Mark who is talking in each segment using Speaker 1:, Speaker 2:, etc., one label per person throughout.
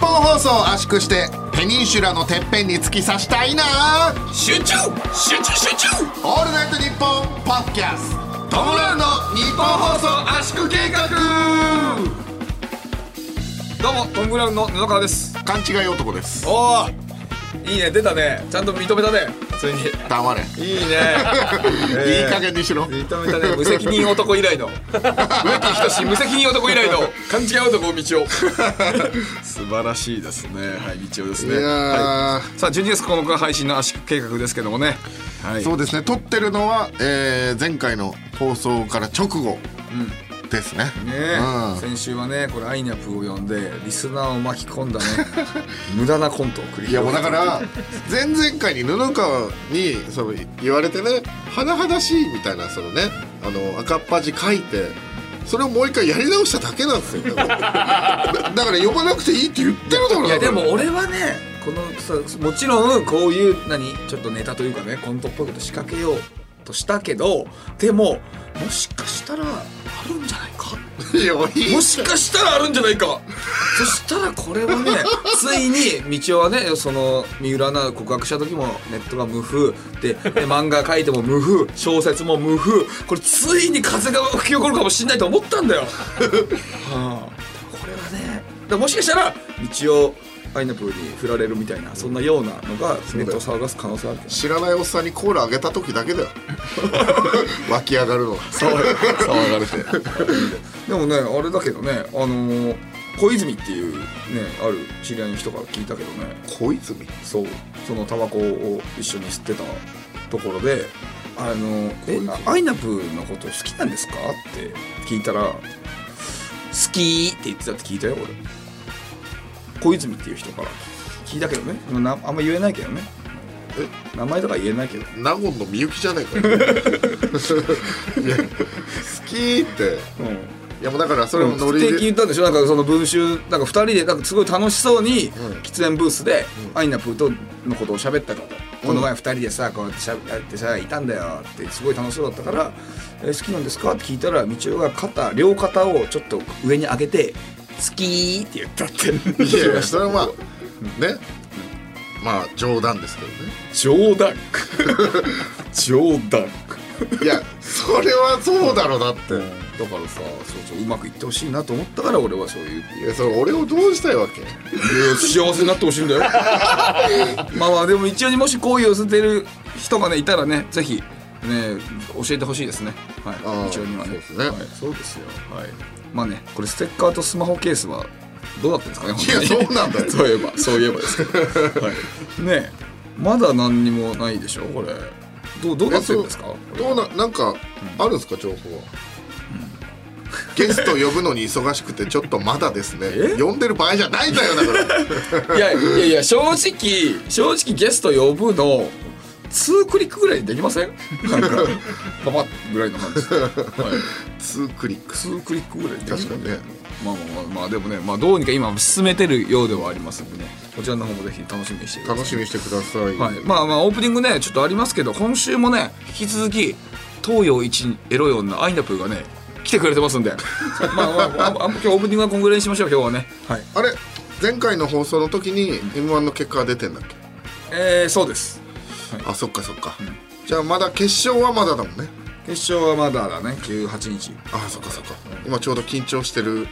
Speaker 1: 放送を圧縮してペニンシュラのてっぺんに突き刺したいな
Speaker 2: 集中集中集中
Speaker 1: オールナイトニッポンポッドキャスト
Speaker 2: トム・ブラウンの日本放送圧縮計画どうもトム・ブラウンの布川です
Speaker 1: 勘違い男です
Speaker 2: おおいいね出たねちゃんと認めたねついに
Speaker 1: 黙れ
Speaker 2: いいね
Speaker 1: いい加減にしろ
Speaker 2: 認めた ね無責任男以来の植木仁無責任男以来の勘違い男道夫 素晴らしいですねはい道夫です
Speaker 1: い
Speaker 2: ね
Speaker 1: や
Speaker 2: は
Speaker 1: ー、
Speaker 2: いさあ12月9日配信の圧縮計画ですけどもねはい
Speaker 1: そうですね撮ってるのは、えー前回の放送から直後ですね,、
Speaker 2: ね
Speaker 1: うん
Speaker 2: 先週はねこれアイニャプを呼んでリスナーを巻き込 んだね無駄なコントを繰り広げ
Speaker 1: いやもうだから前々回に布川にその言われてね甚だしいみたいなそのねあの赤っ端書いてそれをもう一回やり直しただけなんです よだからだから呼ばなくていいって言ってるだろ
Speaker 2: いやでも
Speaker 1: 俺
Speaker 2: 俺はねこのさもちろんこういう何ちょっとネタというかねコントっぽいこと仕掛けようとしたけどでももしかしたらあるんじゃないか
Speaker 1: いやもういい
Speaker 2: もしかしたらあるんじゃないかそしたらこれは ねついに道夫はねその三浦アナ告白した時もネットが無風でで漫画書いても無風小説も無風これついに風が吹き起こるかもしんないと思ったん だよ、はあ、これはねだからもしかしたら道夫パイナップルに振られるみたいなそんなようなのがネットを騒がす可能性あるけど
Speaker 1: 知らないおっさんにコーラあげた時だけ だよ湧き上がるのは
Speaker 2: 騒がれて でもねあれだけどねあのー小泉っていうねある知り合いの人から聞いたけどね
Speaker 1: 小泉
Speaker 2: そうそのタバコを一緒に吸ってたところで「あのえ
Speaker 1: 小泉
Speaker 2: あアイナプーのこと好きなんですか?」って聞いたら「好き」って言ってたって聞いたよ俺小泉っていう人から聞いたけどねでもなあんま言えないけどね名前とか言えないけど
Speaker 1: 納言のみゆきじゃないか よいや好きって
Speaker 2: うん
Speaker 1: いやもうだからそ
Speaker 2: そ
Speaker 1: れ
Speaker 2: れ
Speaker 1: もノ
Speaker 2: もノ
Speaker 1: リで、
Speaker 2: リで言ったんでしょなんかその文集なんか2人でなんかすごい楽しそうに
Speaker 1: うん
Speaker 2: 喫煙ブースで
Speaker 1: うん
Speaker 2: アイナプーとのことを喋ったから
Speaker 1: うん
Speaker 2: この前2人でさこうやってしゃやってさいたんだよってすごい楽しそうだったから「えー好きなんですか?」って聞いたら道夫が肩両肩をちょっと上に上げて「好き」って言ったって
Speaker 1: いやいやそれはまあねまあ冗談ですけどね
Speaker 2: 冗談 冗談
Speaker 1: いやそれはそうだろうだって、
Speaker 2: だからさそうそううまくいってほしいなと思ったから俺はそういう
Speaker 1: いやそれ俺をどうしたいわけ
Speaker 2: いや幸せになってほ しいんだよまあまあでも一応にもし好意を寄せてる人がねいたらねぜひね教えてほしいですねは
Speaker 1: あー
Speaker 2: い一応にはね
Speaker 1: そうですね
Speaker 2: はい、そうですよはいまあねこれステッカーとスマホケースはどうだったんですか
Speaker 1: いや
Speaker 2: ね本当に
Speaker 1: そうなんだよ
Speaker 2: そういえばそういえばですけど、はい、ねえまだ何にもないでしょこれどうどうなってるんですか
Speaker 1: えそうどうななんかあるんですか情報は、ゲスト呼ぶのに忙しくてちょっとまだですね
Speaker 2: え
Speaker 1: 呼んでる場合じゃないんだよだから
Speaker 2: いやいやいや正直正直ゲスト呼ぶの2クリックぐらいできませんなんかパパッぐらいの感じで、はい、
Speaker 1: 2クリック
Speaker 2: 2クリックぐらいできません
Speaker 1: 確かにね
Speaker 2: まあまあまあまあでもね、まあ、どうにか今進めてるようではありますんでねこちらの方もぜひ楽しみにしてください
Speaker 1: 楽しみにしてください、
Speaker 2: はい、まあまあオープニングねちょっとありますけど今週もね引き続き東洋一エロい女アイナプーがね来てくれてますんで まあまあああ今日オープニングはこんぐらいにしましょう今日はねはい
Speaker 1: あれ前回の放送の時に m 1の結果が出てんだっけ
Speaker 2: えー、そうです
Speaker 1: あそっかそっか、じゃあまだ決勝はまだだもんね
Speaker 2: 決勝はまだだね18日
Speaker 1: あそっかそっか、今ちょうど緊張してる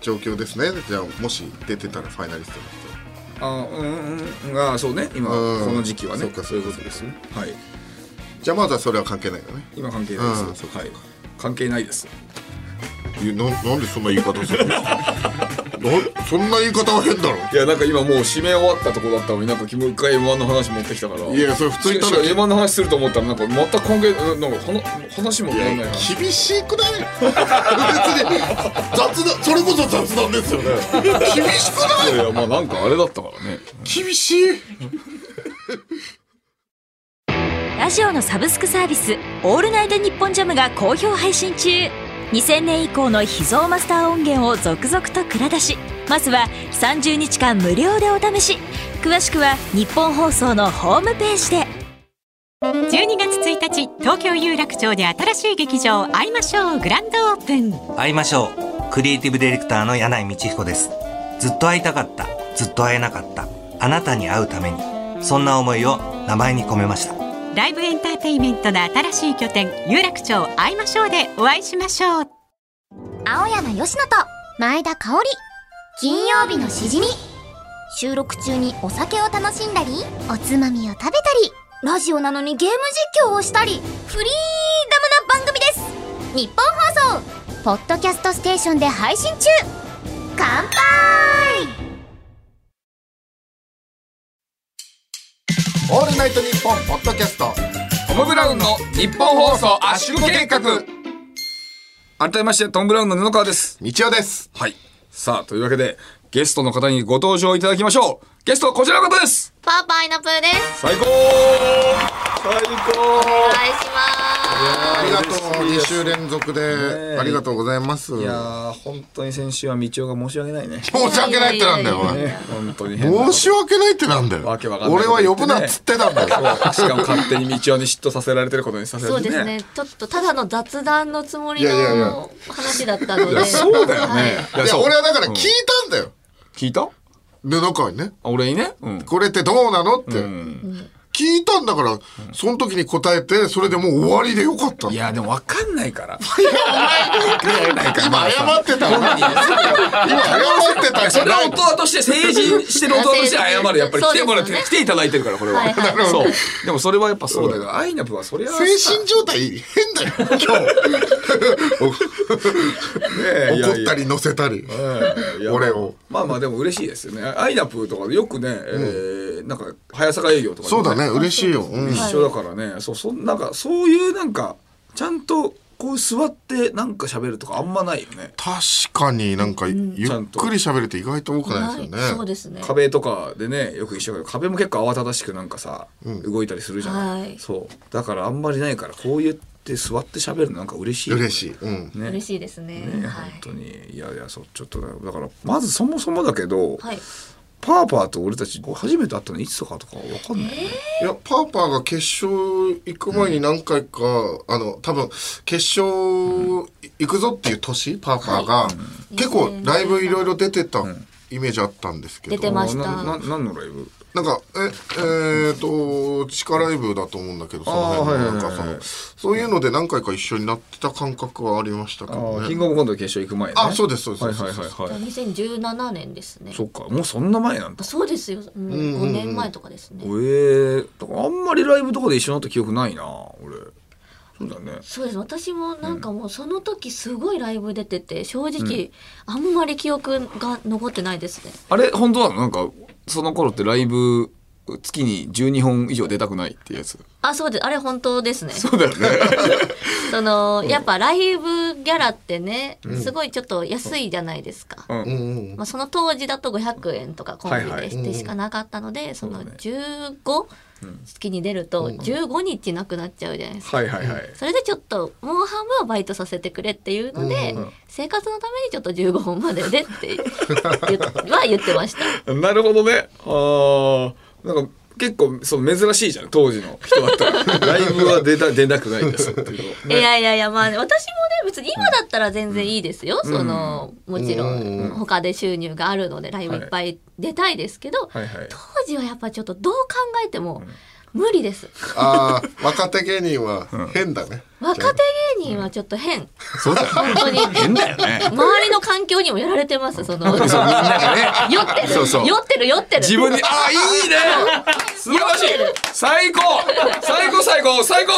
Speaker 1: 状況ですねじゃあもし出てたらファイナリストの
Speaker 2: あうんうんうんあそうね今
Speaker 1: うん
Speaker 2: この時期はね
Speaker 1: そうかそういうこと
Speaker 2: ですねはい
Speaker 1: 人じゃあまだそれは関係ないよね
Speaker 2: 今関係ないです、
Speaker 1: うんそうか
Speaker 2: はい関係ないです
Speaker 1: いやななんでそんな言い方するの なそんな言い方は変だろ
Speaker 2: いやなんか今もう締め終わったとこだったのになんかもう一回 M1 の話持ってきたから
Speaker 1: いやそれ普通に
Speaker 2: た
Speaker 1: た
Speaker 2: だ
Speaker 1: だ
Speaker 2: M1 の話すると思ったらなんかまた関係なんか話話も
Speaker 1: い
Speaker 2: 変わんない
Speaker 1: や
Speaker 2: な
Speaker 1: 厳しくない 別に雑談それこそ雑談ですよね厳しくない
Speaker 2: いやいやまあなんかあれだったからね
Speaker 1: 厳しい
Speaker 3: ラジオのサブスクサービス「オールナイトニッポンジャム」が好評配信中2000年以降の秘蔵マスター音源を続々と蔵出しまずは30日間無料でお試し詳しくは日本放送のホームページで
Speaker 4: 12月1日東京有楽町で新しい劇場「会いましょう」グランドオープン
Speaker 5: 会いましょうクリエイティブディレクターの柳井道彦ですずっと会いたかったずっと会えなかったあなたに会うためにそんな思いを名前に込めました
Speaker 4: ライブエンターテインメントの新しい拠点有楽町会いましょうでお会いしましょう
Speaker 6: 青山吉野と前田香織金曜日のしじみ収録中にお酒を楽しんだりおつまみを食べたりラジオなのにゲーム実況をしたりフリーダムな番組です日本放送ポッドキャストステーションで配信中乾杯
Speaker 1: 「オールナイトニッポン」ポッドキャスト
Speaker 2: トム・ブラウンの日本放送圧縮計画改めましてトム・ブラウンの布川です
Speaker 1: 日曜です
Speaker 2: はいさあというわけでゲストの方にご登場いただきましょうゲストはこちらの方です
Speaker 6: パパイナプーです
Speaker 2: 最高最
Speaker 6: お
Speaker 2: 高
Speaker 6: 願いしま
Speaker 1: ありがとう
Speaker 2: 嬉しい
Speaker 1: 2週
Speaker 2: です
Speaker 1: 連続でありがとうございます
Speaker 2: いやー本当に先週は道夫が申し訳ないね
Speaker 1: 申し訳ないってなんだよおい
Speaker 2: ね本当に変なこと
Speaker 1: 申し訳ないってなんだよ
Speaker 2: わけわかんない
Speaker 1: 俺
Speaker 2: こと
Speaker 1: は
Speaker 2: 言
Speaker 1: 呼
Speaker 2: ってね
Speaker 1: ぶなっつってたんだよ
Speaker 2: そうしかも勝手に道夫に嫉妬させられてることにさせ
Speaker 7: す
Speaker 2: ら
Speaker 7: そう
Speaker 2: れて
Speaker 7: ですねちょっとただの雑談のつもり
Speaker 1: いやいやいや
Speaker 7: の話だったので
Speaker 2: い やそうだよね
Speaker 7: はい
Speaker 1: いや俺はだから聞いたんだよ
Speaker 2: 聞いたあ
Speaker 1: 布川にね
Speaker 2: 俺にね、うん、
Speaker 1: これってどうなのって聞いたんだからその時に答えてそれでもう終わりでよかった
Speaker 2: いやでも分かんないから
Speaker 1: 今謝ってた今謝ってたじ
Speaker 2: そ
Speaker 1: ゃ
Speaker 2: れ
Speaker 1: な
Speaker 2: は大
Speaker 1: い
Speaker 2: 人として成人してる大人として謝るやっぱり来てもらって、
Speaker 7: そうですよね
Speaker 2: 来ていただいてるからこれは、
Speaker 7: はいは
Speaker 1: ほ
Speaker 2: そ
Speaker 1: ど
Speaker 2: うでもそれはやっぱそうだけど、アイナプはそれはさ
Speaker 1: 精神状態変だよ今
Speaker 2: ね
Speaker 1: 日
Speaker 2: え
Speaker 1: 怒ったり乗せたり
Speaker 2: い や
Speaker 1: 俺を
Speaker 2: まあまあでも嬉しいですよねアイナプーとかよくね、えーなんか早坂営業とかで
Speaker 1: そ
Speaker 2: も
Speaker 1: うだね嬉しいようん
Speaker 2: 一緒だからね、そうそんなんかそういうなんかちゃんとこう座ってなんか喋るとかあんまないよね
Speaker 1: 確かになんかゆっ
Speaker 2: ちゃんと
Speaker 1: くり喋れて意外と多くないですよね
Speaker 7: そうですね
Speaker 2: 壁とかでねよく一緒だけど壁も結構慌ただしくなんかさ、動いたりするじゃない、
Speaker 7: はい
Speaker 2: そうだからあんまりないからこう言って座って喋るのなんか嬉しいよね
Speaker 1: 嬉しいうん
Speaker 2: ね
Speaker 7: 嬉しいですね
Speaker 2: ね
Speaker 7: は
Speaker 2: 本
Speaker 7: い
Speaker 2: 当にいやいやそうちょっとねだからまずそもそもだけど、
Speaker 7: はい
Speaker 2: パーパーと俺たちこう初めて会ったのいつとかとかわかんない、
Speaker 1: いやパーパーが決勝行く前に何回か、あの多分決勝行くぞっていう年パーパーが、結構ライブいろいろ出てたイメージあったんですけど、
Speaker 7: 出てました
Speaker 2: なな何のライブ
Speaker 1: なんかええー、と地下ライブだと思うんだけどその
Speaker 2: あー
Speaker 1: 辺
Speaker 2: はい
Speaker 1: の
Speaker 2: はい
Speaker 1: な
Speaker 2: は
Speaker 1: ん
Speaker 2: い
Speaker 1: かそのそういうので何回か一緒になってた感覚はありましたけ
Speaker 2: あ
Speaker 1: ど
Speaker 2: ーキ
Speaker 1: ね
Speaker 2: ングオブコント決勝行く前ね
Speaker 1: あそうですそうです
Speaker 2: はいはいはいはい
Speaker 7: 2017年ですね
Speaker 2: そっかもうそんな前なんだ
Speaker 7: あそうですよ、うん
Speaker 1: んうん
Speaker 7: 5年前とかです
Speaker 2: ええ
Speaker 7: ね
Speaker 2: ー、だからあんまりライブとかで一緒になった記憶ないな俺そうだね
Speaker 7: そうです私もなんかもうその時すごいライブ出てて正直あんまり記憶が残ってないですね
Speaker 2: あれ本当なのなんかその頃ってライブ月に12本以上出たくないっていうやつ
Speaker 7: あそうですあれ本当ですね
Speaker 2: そうだ よね
Speaker 7: そのやっぱライブギャラってねすごいちょっと安いじゃないですか、
Speaker 2: うん
Speaker 1: うんうん
Speaker 7: まあ、その当時だと500円とかコンビ
Speaker 2: はいは
Speaker 7: で
Speaker 2: い
Speaker 7: してしかなかったので、その
Speaker 2: そうだね
Speaker 7: 15月に出ると15日なくなっちゃうじゃないですか。
Speaker 2: はいはいはい
Speaker 7: それでちょっともう半分はバイトさせてくれっていうので、生活のためにちょっと15本まで でって言っは言ってました。
Speaker 2: なるほどね。ああ、なんか結構そう珍しいじゃん当時の人だった ら。ライブは出た出なくないですっていうの。
Speaker 7: いやいやいやまあね私もね別に今だったら全然いいですよ、そのもちろ
Speaker 1: うんうんうん
Speaker 7: 他で収入があるのでライブいっぱい出たいですけど、
Speaker 2: はいはい。
Speaker 7: 当時はやっぱちょっとどう考えても無理です。
Speaker 1: あー若手芸人は変だね、
Speaker 7: 若手芸人はちょっと変、
Speaker 2: そうだよ。
Speaker 7: 本当に
Speaker 2: 変だよね。
Speaker 7: 周りの環境にもやられてますその酔って
Speaker 2: そうみんながね。
Speaker 7: る
Speaker 2: そうそう
Speaker 7: 酔ってる酔ってる
Speaker 2: 自分にああいい ね。素晴らしい。最高。最高最高最高。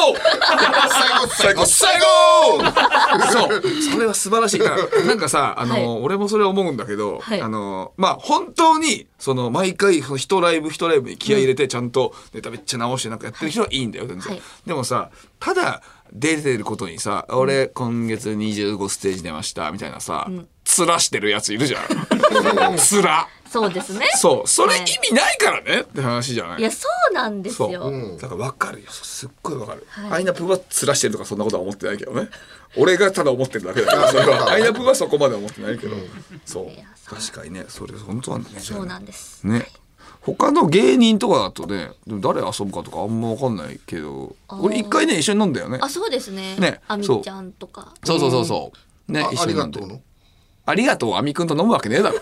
Speaker 2: 最高最高。 そう。それは素晴らしい な。なんかさあの、
Speaker 7: はい
Speaker 2: 俺もそれ思うんだけど、
Speaker 7: はい
Speaker 2: あのまあ本当にその毎回その一ライブ一ライブに気合い入れてちゃんとネタめっちゃ直してなんかやってる人はいいんだよ全然。
Speaker 7: はい
Speaker 2: でもさただ出てることにさ俺今月25ステージ出ましたみたいなさ、つらしてるやついるじゃ ん。つら。
Speaker 7: そうですね
Speaker 2: そう、それ
Speaker 7: はい
Speaker 2: 意味ないからねって話じゃない。
Speaker 7: いやそうなんです
Speaker 2: そう、
Speaker 7: よ、
Speaker 2: だからわかるよ、そうすっごいわかる。アイナプーはつらしてるとかそんなことは思ってないけどね。俺がただ思ってるだけだから、それはアイナプーはそこまでは思ってないけど。そう
Speaker 7: や、そう
Speaker 2: 確かにね、それ本当なんだね。
Speaker 7: そうなんです
Speaker 2: ね。他の芸人とかだとね、でも誰遊ぶかとかあんまわかんないけど、俺一回ね一緒に飲んだよね。
Speaker 7: あそうですね
Speaker 2: ね
Speaker 7: あみ
Speaker 2: そう
Speaker 7: ちゃんとか
Speaker 2: そうそうそうそう。ね
Speaker 1: あ、
Speaker 2: 一
Speaker 1: あ
Speaker 2: 緒
Speaker 1: り
Speaker 2: に飲
Speaker 1: が
Speaker 2: んで
Speaker 1: とう。の
Speaker 2: ありがとう、アミくんと飲むわけねえだろ。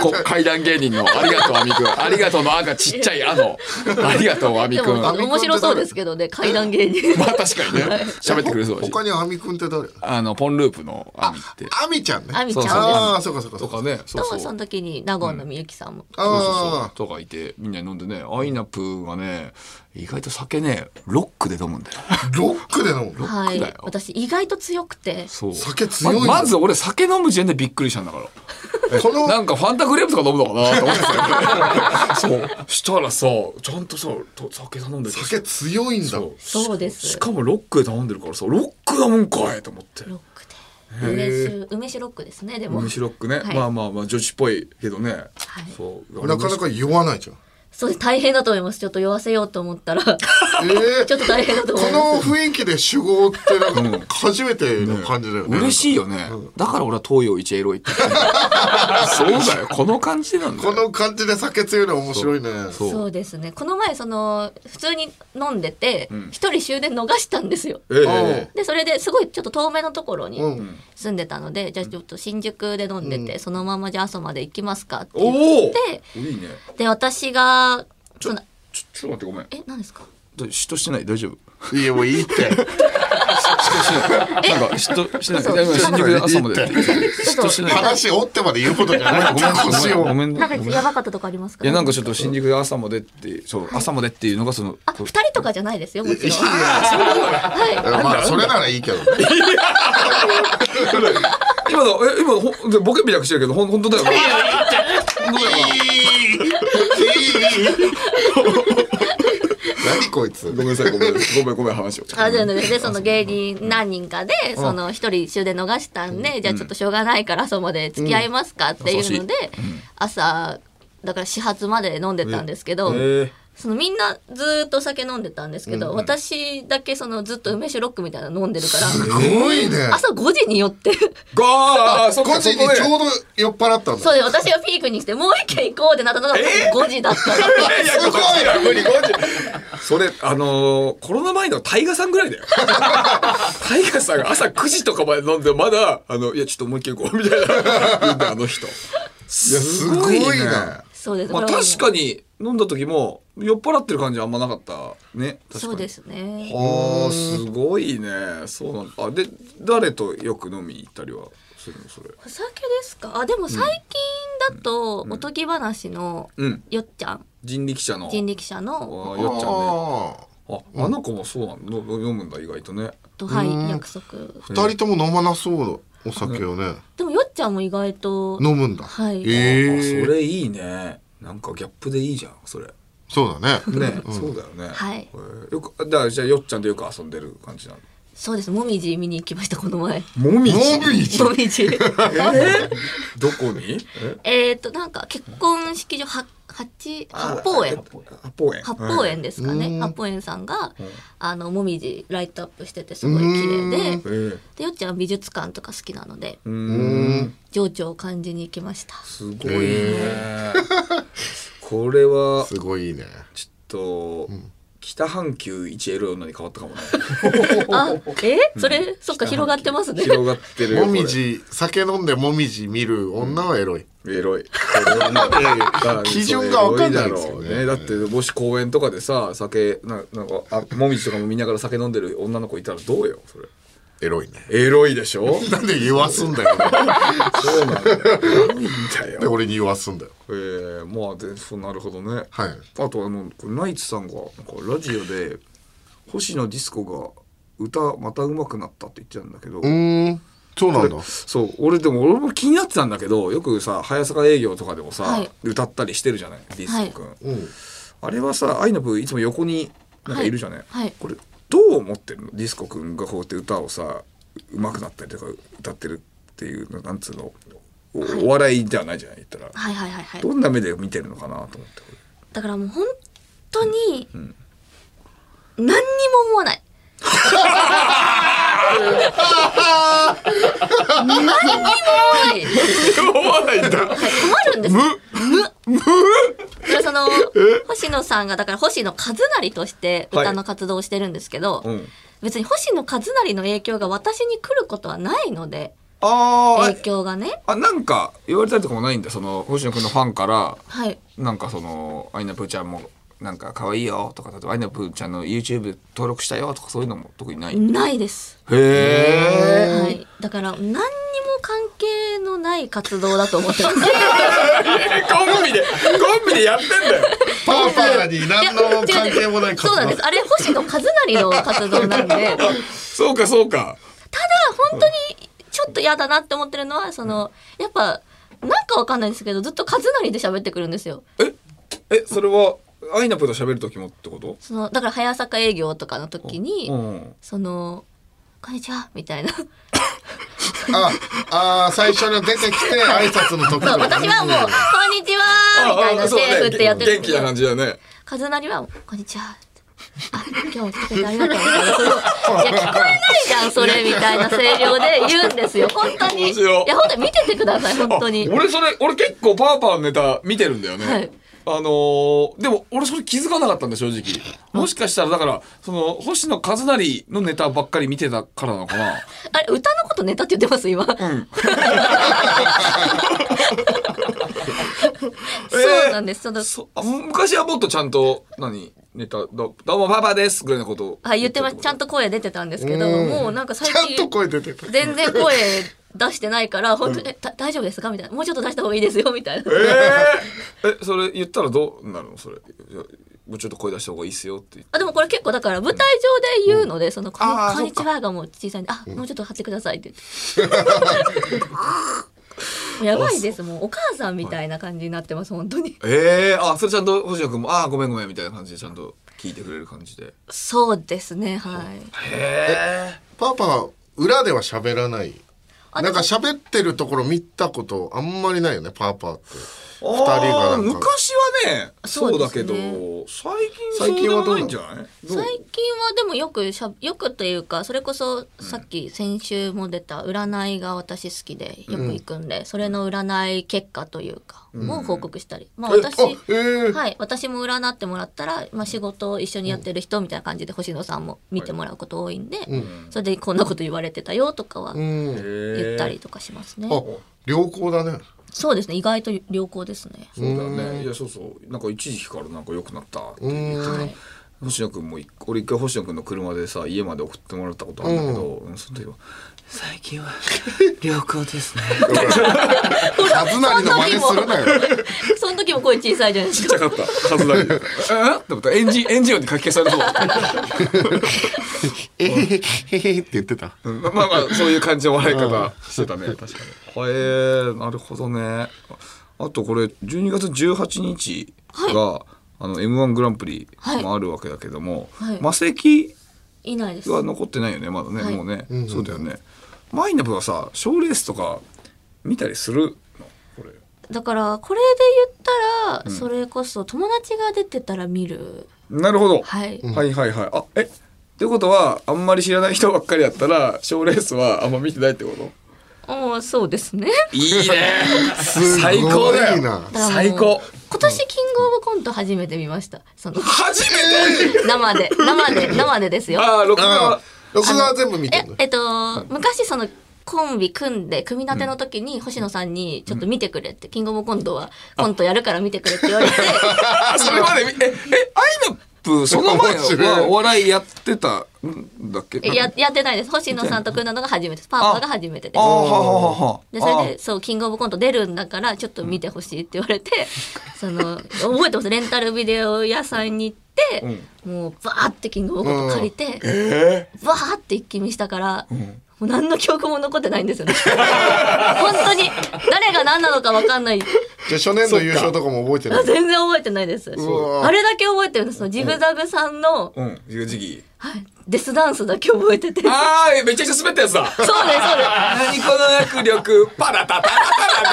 Speaker 2: こ階段芸人のありがとうあみくんありがとうのあがちっちゃいあのありがとうあみ
Speaker 7: で
Speaker 2: くん
Speaker 7: も
Speaker 2: まあ
Speaker 7: 面白そうですけどね階段芸 人
Speaker 2: 確かにね喋ってくれそうだし
Speaker 1: 他にアミくんって誰
Speaker 2: あのポンループのあみって
Speaker 1: アミちゃんね
Speaker 7: 亜美ちゃんです
Speaker 1: ああそうかそうかそ
Speaker 2: と
Speaker 1: うか
Speaker 2: かねそう
Speaker 7: と
Speaker 2: そう
Speaker 7: その時に名古屋のみゆきさんも、
Speaker 1: あ
Speaker 2: とかいてみんなに飲んでねアイナプーがね意外と酒ねロックで飲むんだよ
Speaker 1: あロックでの
Speaker 2: ロッ
Speaker 7: は
Speaker 2: ク
Speaker 7: い
Speaker 2: だよ
Speaker 7: 私意外と強くて
Speaker 2: そう
Speaker 1: 酒強いんだ
Speaker 2: ままず俺酒飲む時点でびっくりしたんだから
Speaker 1: この
Speaker 2: なんかファンタグレープとか飲むのかなと思 ってたよそうしたらさちゃんとさと酒頼んでて
Speaker 1: 酒強いんだ
Speaker 2: そう
Speaker 7: そうです
Speaker 2: しかもロックで頼んでるからさロックだもんかいと思って
Speaker 7: ロックで梅酒梅酒ロックですねでも
Speaker 2: むしロックね、
Speaker 7: はい
Speaker 2: まあまあまあ女子っぽいけどね、
Speaker 7: い
Speaker 2: そう
Speaker 1: なかなか酔わないじゃん
Speaker 7: そうです大変だと思いますちょっと酔わせようと思ったら ちょっ
Speaker 1: ええ
Speaker 7: と大変だと
Speaker 1: こ
Speaker 7: 思い
Speaker 1: の
Speaker 7: ます
Speaker 1: 雰囲気で酒豪ってなんか初めての感じだよね
Speaker 2: 嬉しいよね、だから俺は東洋一エロいって言ってた そうだよこの感じなんだ
Speaker 1: こ
Speaker 2: よ
Speaker 1: の感じで酒強いの面白いね
Speaker 2: そう
Speaker 7: そうですねこの前その普通に飲んでて
Speaker 2: ん
Speaker 7: 一、人終電逃したんですよ
Speaker 2: ええ
Speaker 7: でそれですごいちょっと遠めのところに
Speaker 1: うん
Speaker 7: 住んでたので、じゃあちょっと新宿で飲んでて、そのままじゃあ阿蘇まで行きますかって
Speaker 2: おお
Speaker 7: 言って
Speaker 2: いいね
Speaker 7: で私がその
Speaker 2: ちょちょっと待ってごめん
Speaker 7: え何ですか
Speaker 2: だ嫉妬してない大丈夫
Speaker 1: いやもういいって
Speaker 2: なんか嫉妬してないい
Speaker 7: 嘘
Speaker 2: や今新宿で朝までやってる嫉妬してない
Speaker 1: 話折ってまで言うことじゃ ない腰
Speaker 2: ご
Speaker 1: を
Speaker 2: めんごめんごめん
Speaker 7: なんか
Speaker 2: ごめん
Speaker 7: やばかったとこありますか
Speaker 2: いやなんかちょっと新宿で朝までってそう朝までっていうのがその
Speaker 7: あ二人とかじゃないですよもちろん
Speaker 1: いや
Speaker 7: はい
Speaker 1: まあそれならいいけどね
Speaker 2: 今のえ今ほでボケみたくしてるけどほん本当だよな。本当だよな。
Speaker 1: 何こいつ
Speaker 2: ごめんなさいごめんごめんごめん話を。
Speaker 7: あじゃあねでその芸人何人かでその一人終電逃したんで、じゃあちょっとしょうがないからそまで付き合いますかっていうので、朝だから始発まで飲んでたんですけど、
Speaker 2: え
Speaker 7: そのみんなずーっとお酒飲んでたんですけど、私だけそのずっと梅酒ロックみたいなの飲んでるか
Speaker 1: す
Speaker 7: ら。
Speaker 1: ごいね
Speaker 7: 朝5時に寄って
Speaker 2: ー、ゴーあーそっ
Speaker 1: 5
Speaker 2: か
Speaker 1: 時
Speaker 2: そ
Speaker 1: に
Speaker 2: こで
Speaker 1: ち。ょうど酔っ払ったんだ
Speaker 7: そうで私がピークにしてもう一軒行こうってなったのが5時だったんです
Speaker 1: ごい
Speaker 2: や無理それあのーコロナ前のタイガさんぐらい だよタイガさんが朝9時とかまで飲んでまだあのいやちょっと思いっきり行こうみたいな言うんだよあの人いやす
Speaker 1: ごいね
Speaker 7: そうです、
Speaker 2: まあ、
Speaker 7: これはもう
Speaker 2: 確かに飲んだ時も酔っ払ってる感じはあんまなかったね確かに
Speaker 7: そうですね
Speaker 2: あーすごいねそうなんだあで誰とよく飲み行ったりはするのそれ
Speaker 7: お酒ですかあでも最近だとおとぎ話の
Speaker 2: うん
Speaker 7: よっちゃん
Speaker 2: 人力車の
Speaker 7: 人力車
Speaker 2: あ
Speaker 7: の
Speaker 2: ー
Speaker 1: あ
Speaker 2: よっちゃんね
Speaker 1: ー
Speaker 2: ああの子もそうなんだの飲むんだ意外とね
Speaker 7: とはい
Speaker 1: うん
Speaker 7: 約束
Speaker 1: 二人とも飲まなそうだお酒をね
Speaker 7: でもよっちゃんも意外と
Speaker 1: 飲むんだ
Speaker 7: はい
Speaker 2: あ
Speaker 1: え
Speaker 2: そ
Speaker 1: え
Speaker 2: れいいねなんかギャップでいいじゃんそれ
Speaker 1: そうだね
Speaker 2: ね、そうだよね
Speaker 7: はい
Speaker 2: えーよくだからじゃあよっちゃんでよく遊んでる感じな
Speaker 7: そうですもみじ見に行きましたこの前
Speaker 2: のもみじ
Speaker 1: 飲みに
Speaker 7: もみじ
Speaker 2: どこ にえ
Speaker 7: えっとなんか結婚式場は八八方園
Speaker 2: 八方園
Speaker 7: 八方園ですかね八方園さんがあのもみじライトアップしててすごい綺麗
Speaker 2: え
Speaker 7: で
Speaker 2: ー
Speaker 7: でよっちゃんは美術館とか好きなので
Speaker 2: うーん
Speaker 7: 情緒を感じに行きました
Speaker 2: すごいね、 これは
Speaker 1: すごいね
Speaker 2: ちょっと、北半球一エロい女に変わったかもね
Speaker 7: あえそれそっか広がってますね
Speaker 2: 広がってるよ
Speaker 1: も
Speaker 2: これ
Speaker 1: みじ酒飲んでもみじ見る女はエロい
Speaker 2: エロい。だ
Speaker 1: 基準がわかんないですよね
Speaker 2: エロだろうだってもし公園とかでさ酒ななんかあもみじとかも見ながら酒飲んでる女の子いたらどうよそれ。
Speaker 1: エロいね
Speaker 2: エロいでしょ。
Speaker 1: なんで言わすんだよ
Speaker 2: そうなんだよ。いいんだ
Speaker 1: で
Speaker 2: よ。
Speaker 1: 俺に言わすんだよ
Speaker 2: えー、まあでそうなるほどね。
Speaker 1: はい
Speaker 2: あとあのこれナイツさんがなんかラジオで星野ディスコが歌また上手くなったって言ってたんだけど。
Speaker 1: うーんそうなんだ
Speaker 2: そう俺でも俺も気になってたんだけどよくさ早坂営業とかでもさ、
Speaker 7: はい
Speaker 2: 歌ったりしてるじゃないディスコ君、
Speaker 1: うん
Speaker 2: あれはさアイナプーいつも横になんかいるじゃない、
Speaker 7: はいはい
Speaker 2: これどう思ってるのディスコ君がこうやって歌をさうまくなったりとか歌ってるっていうのなんつうのおお笑いじゃないじゃない言ったら、
Speaker 7: はいはいはいはい
Speaker 2: どんな目で見てるのかなと思って
Speaker 7: だからもう本当に何にも思わない。何にも思わない。
Speaker 2: 思わないんだ
Speaker 7: 困るんです。むむ。む。その星野さんがだから星野和成として歌の活動をしてるんですけど、
Speaker 2: うん
Speaker 7: 別に星野和成の影響が私に来ることはないので、
Speaker 2: あー
Speaker 7: 影響がね
Speaker 2: あなんか言われたりとかもないんだその星野くんのファンから
Speaker 7: はい
Speaker 2: なんかそのアイナプーちゃんもなんか可愛いよとかだとアイナプーちゃんの YouTube 登録したよとかそういうのも特にない、へ
Speaker 7: ないです
Speaker 2: え
Speaker 7: はい、だから何にも関係のない活動だと 思ってます。
Speaker 2: コンビでコンビでやってんだよ
Speaker 1: パーパーに何の関係もない
Speaker 7: そうなんです。あれ星野一成の活動なんで、ただ
Speaker 2: そうかそうか
Speaker 7: 本当にちょっと嫌だなって思ってるのはそのやっぱなんかわかんないんですけどずっと一成で喋ってくるんですよ。
Speaker 2: えそれはアイナプーと喋る時もってこと
Speaker 7: そのだから早坂営業とかの時に、
Speaker 2: うん
Speaker 7: そのこんにちはみたいな。
Speaker 1: ああー最初の出てきて挨拶の時
Speaker 7: そう私はもうこんにちはみたいな
Speaker 2: あ
Speaker 7: 手
Speaker 2: そうね
Speaker 7: 振ってやってる。
Speaker 2: 元気な感じだね
Speaker 7: カズナリは、こんにちは。あ、今日来てくれてありがとうみたいな。それをいや、聞こえないじゃん、それみたいな声量で言うんですよ。本当に。
Speaker 2: 面白い
Speaker 7: や、本当に見ててください、本当に。
Speaker 2: あ俺それ俺結構パーパーのネタ見てるんだよね、
Speaker 7: はい
Speaker 2: あのーでも俺それ気づかなかったんだ正直もしかしたらだからその星野一成のネタばっかり見てたからなのかな
Speaker 7: あれ、歌のことネタって言ってます、今。 そうなんです。その
Speaker 2: そあ昔はもっとちゃんと何ネタど「どうもパパです」ぐらいのことを
Speaker 7: あ、言ってます。ちゃんと声出てたんですけど、もうなんか最
Speaker 1: ちゃんと
Speaker 7: 近、
Speaker 1: 声出てた
Speaker 7: 全然声出してないから、本当に、えだ大丈夫ですかみたいな。もうちょっと出した方がいいですよ、みたいな。
Speaker 2: えーえ それ言ったらどうなるのそれいやもうちょっと声出した方がいいっすよって言って
Speaker 7: あでもこれ結構だから舞台上で言うので、そのこ
Speaker 2: あ
Speaker 7: の
Speaker 2: ー
Speaker 7: こんにちはがもう小さいんで、あ、もうちょっと貼ってくだ さいって言って。やばいですもうお母さんみたいな感じになってます本当に。
Speaker 2: えー、あそれちゃんと星野君も「あーごめんごめん」みたいな感じでちゃんと聞いてくれる感じで
Speaker 7: そうですねはい。
Speaker 2: へえ
Speaker 1: パーパー裏では喋らない
Speaker 7: あ
Speaker 1: なんか喋ってるところ見たことあんまりないよねパーパーって二人
Speaker 2: あ
Speaker 1: がな
Speaker 2: ー
Speaker 1: んか
Speaker 2: 昔はね
Speaker 7: そ
Speaker 2: そう
Speaker 7: うで
Speaker 2: だ
Speaker 7: すね
Speaker 2: けど、最近
Speaker 1: 最近はどう
Speaker 2: な
Speaker 1: ない
Speaker 2: ん
Speaker 1: の
Speaker 2: じゃない
Speaker 7: 最近はでもよくしゃよくというかそれこそさっき先週も出た占いが私好きでよく行くんで、それの占い結果というかも報告したり、まあ私、
Speaker 1: えあえ ー
Speaker 7: はい、私も占ってもらったら、まあ、仕事を一緒にやってる人みたいな感じで星野さんも見てもらうこと多いんで、それでこんなこと言われてたよとかは
Speaker 1: うん
Speaker 7: 言ったりとかしますね。
Speaker 1: あ良好だね
Speaker 7: そうですね意外と良好ですね。
Speaker 2: そうだよねいやそうそうなんか一時期からなんか良くなったって言ってた
Speaker 7: はい
Speaker 2: 星野君も一俺一回星野君の車でさ家まで送ってもらったことあるんだけど、うんその時は「最近は良好ですね」
Speaker 1: カズナリの真似するなよ
Speaker 7: その時も声小さいじゃないです
Speaker 2: ちっ
Speaker 7: か。
Speaker 2: ちゃかったはずだけど「えっ?」て思ったらエンジンエンジン音にかき消されそう
Speaker 1: えへへへへって言ってた
Speaker 2: うんままあまあそういう感じの笑い方してたね確かにへえなるほどねあとこれ12月18日が、あの m 1グランプリもあるわけだけども、
Speaker 7: はい
Speaker 2: マセキ
Speaker 7: いないです。
Speaker 2: は残ってないよねまだね、
Speaker 7: はい
Speaker 2: もうね、そうだよねマイナブはさ賞ーレースとか見たりするのこれ
Speaker 7: だからこれで言ったら、それこそ友達が出てたら見る。
Speaker 2: なるほど、
Speaker 7: はい。
Speaker 2: はいはいはいあえってことはあんまり知らない人ばっかりだったら賞ーレースはあんま見てないってこと
Speaker 7: ああそうですね。
Speaker 2: いいね
Speaker 1: ごい
Speaker 2: 最高だよ
Speaker 1: な
Speaker 2: 最高
Speaker 7: 今年キングオブコント初めて見ました。その
Speaker 2: 初めて
Speaker 7: 生で生で生でですよ。
Speaker 2: ああ録
Speaker 1: あ
Speaker 2: 画
Speaker 1: 録画は全部見て
Speaker 7: え
Speaker 1: るの
Speaker 7: えっと昔そのコンビ組んで組み立ての時に星野さんにちょっと見てくれって、キングオブコントはコントやるから見てくれって言われて
Speaker 2: あそれまでみええアイナップその前はお笑いやってたんだっ け
Speaker 7: えややってないです星野さんと組んだのが初めてですパーパーが初めてで
Speaker 2: ああ
Speaker 7: す
Speaker 2: はあはあはあ
Speaker 7: でそれでそうキングオブコント出るんだからちょっと見てほしいって言われて、その覚えてますレンタルビデオ屋さんに行って、もうバーってキングオブコント借りて、バーって一気見したから、もう何の記憶も残ってないんですよね 本当に誰が何なのか分かんない
Speaker 1: じゃあ初年度優勝とかも覚えてない
Speaker 7: 全然覚えてないです
Speaker 1: わ
Speaker 7: あれだけ覚えてるんですそのジグザグさんの
Speaker 2: うんジグジギ
Speaker 7: デスダンスだけ覚えててそうです
Speaker 2: ああめちゃくちゃ滑ったやつだ
Speaker 7: そうです
Speaker 2: 何この握力パラタタラ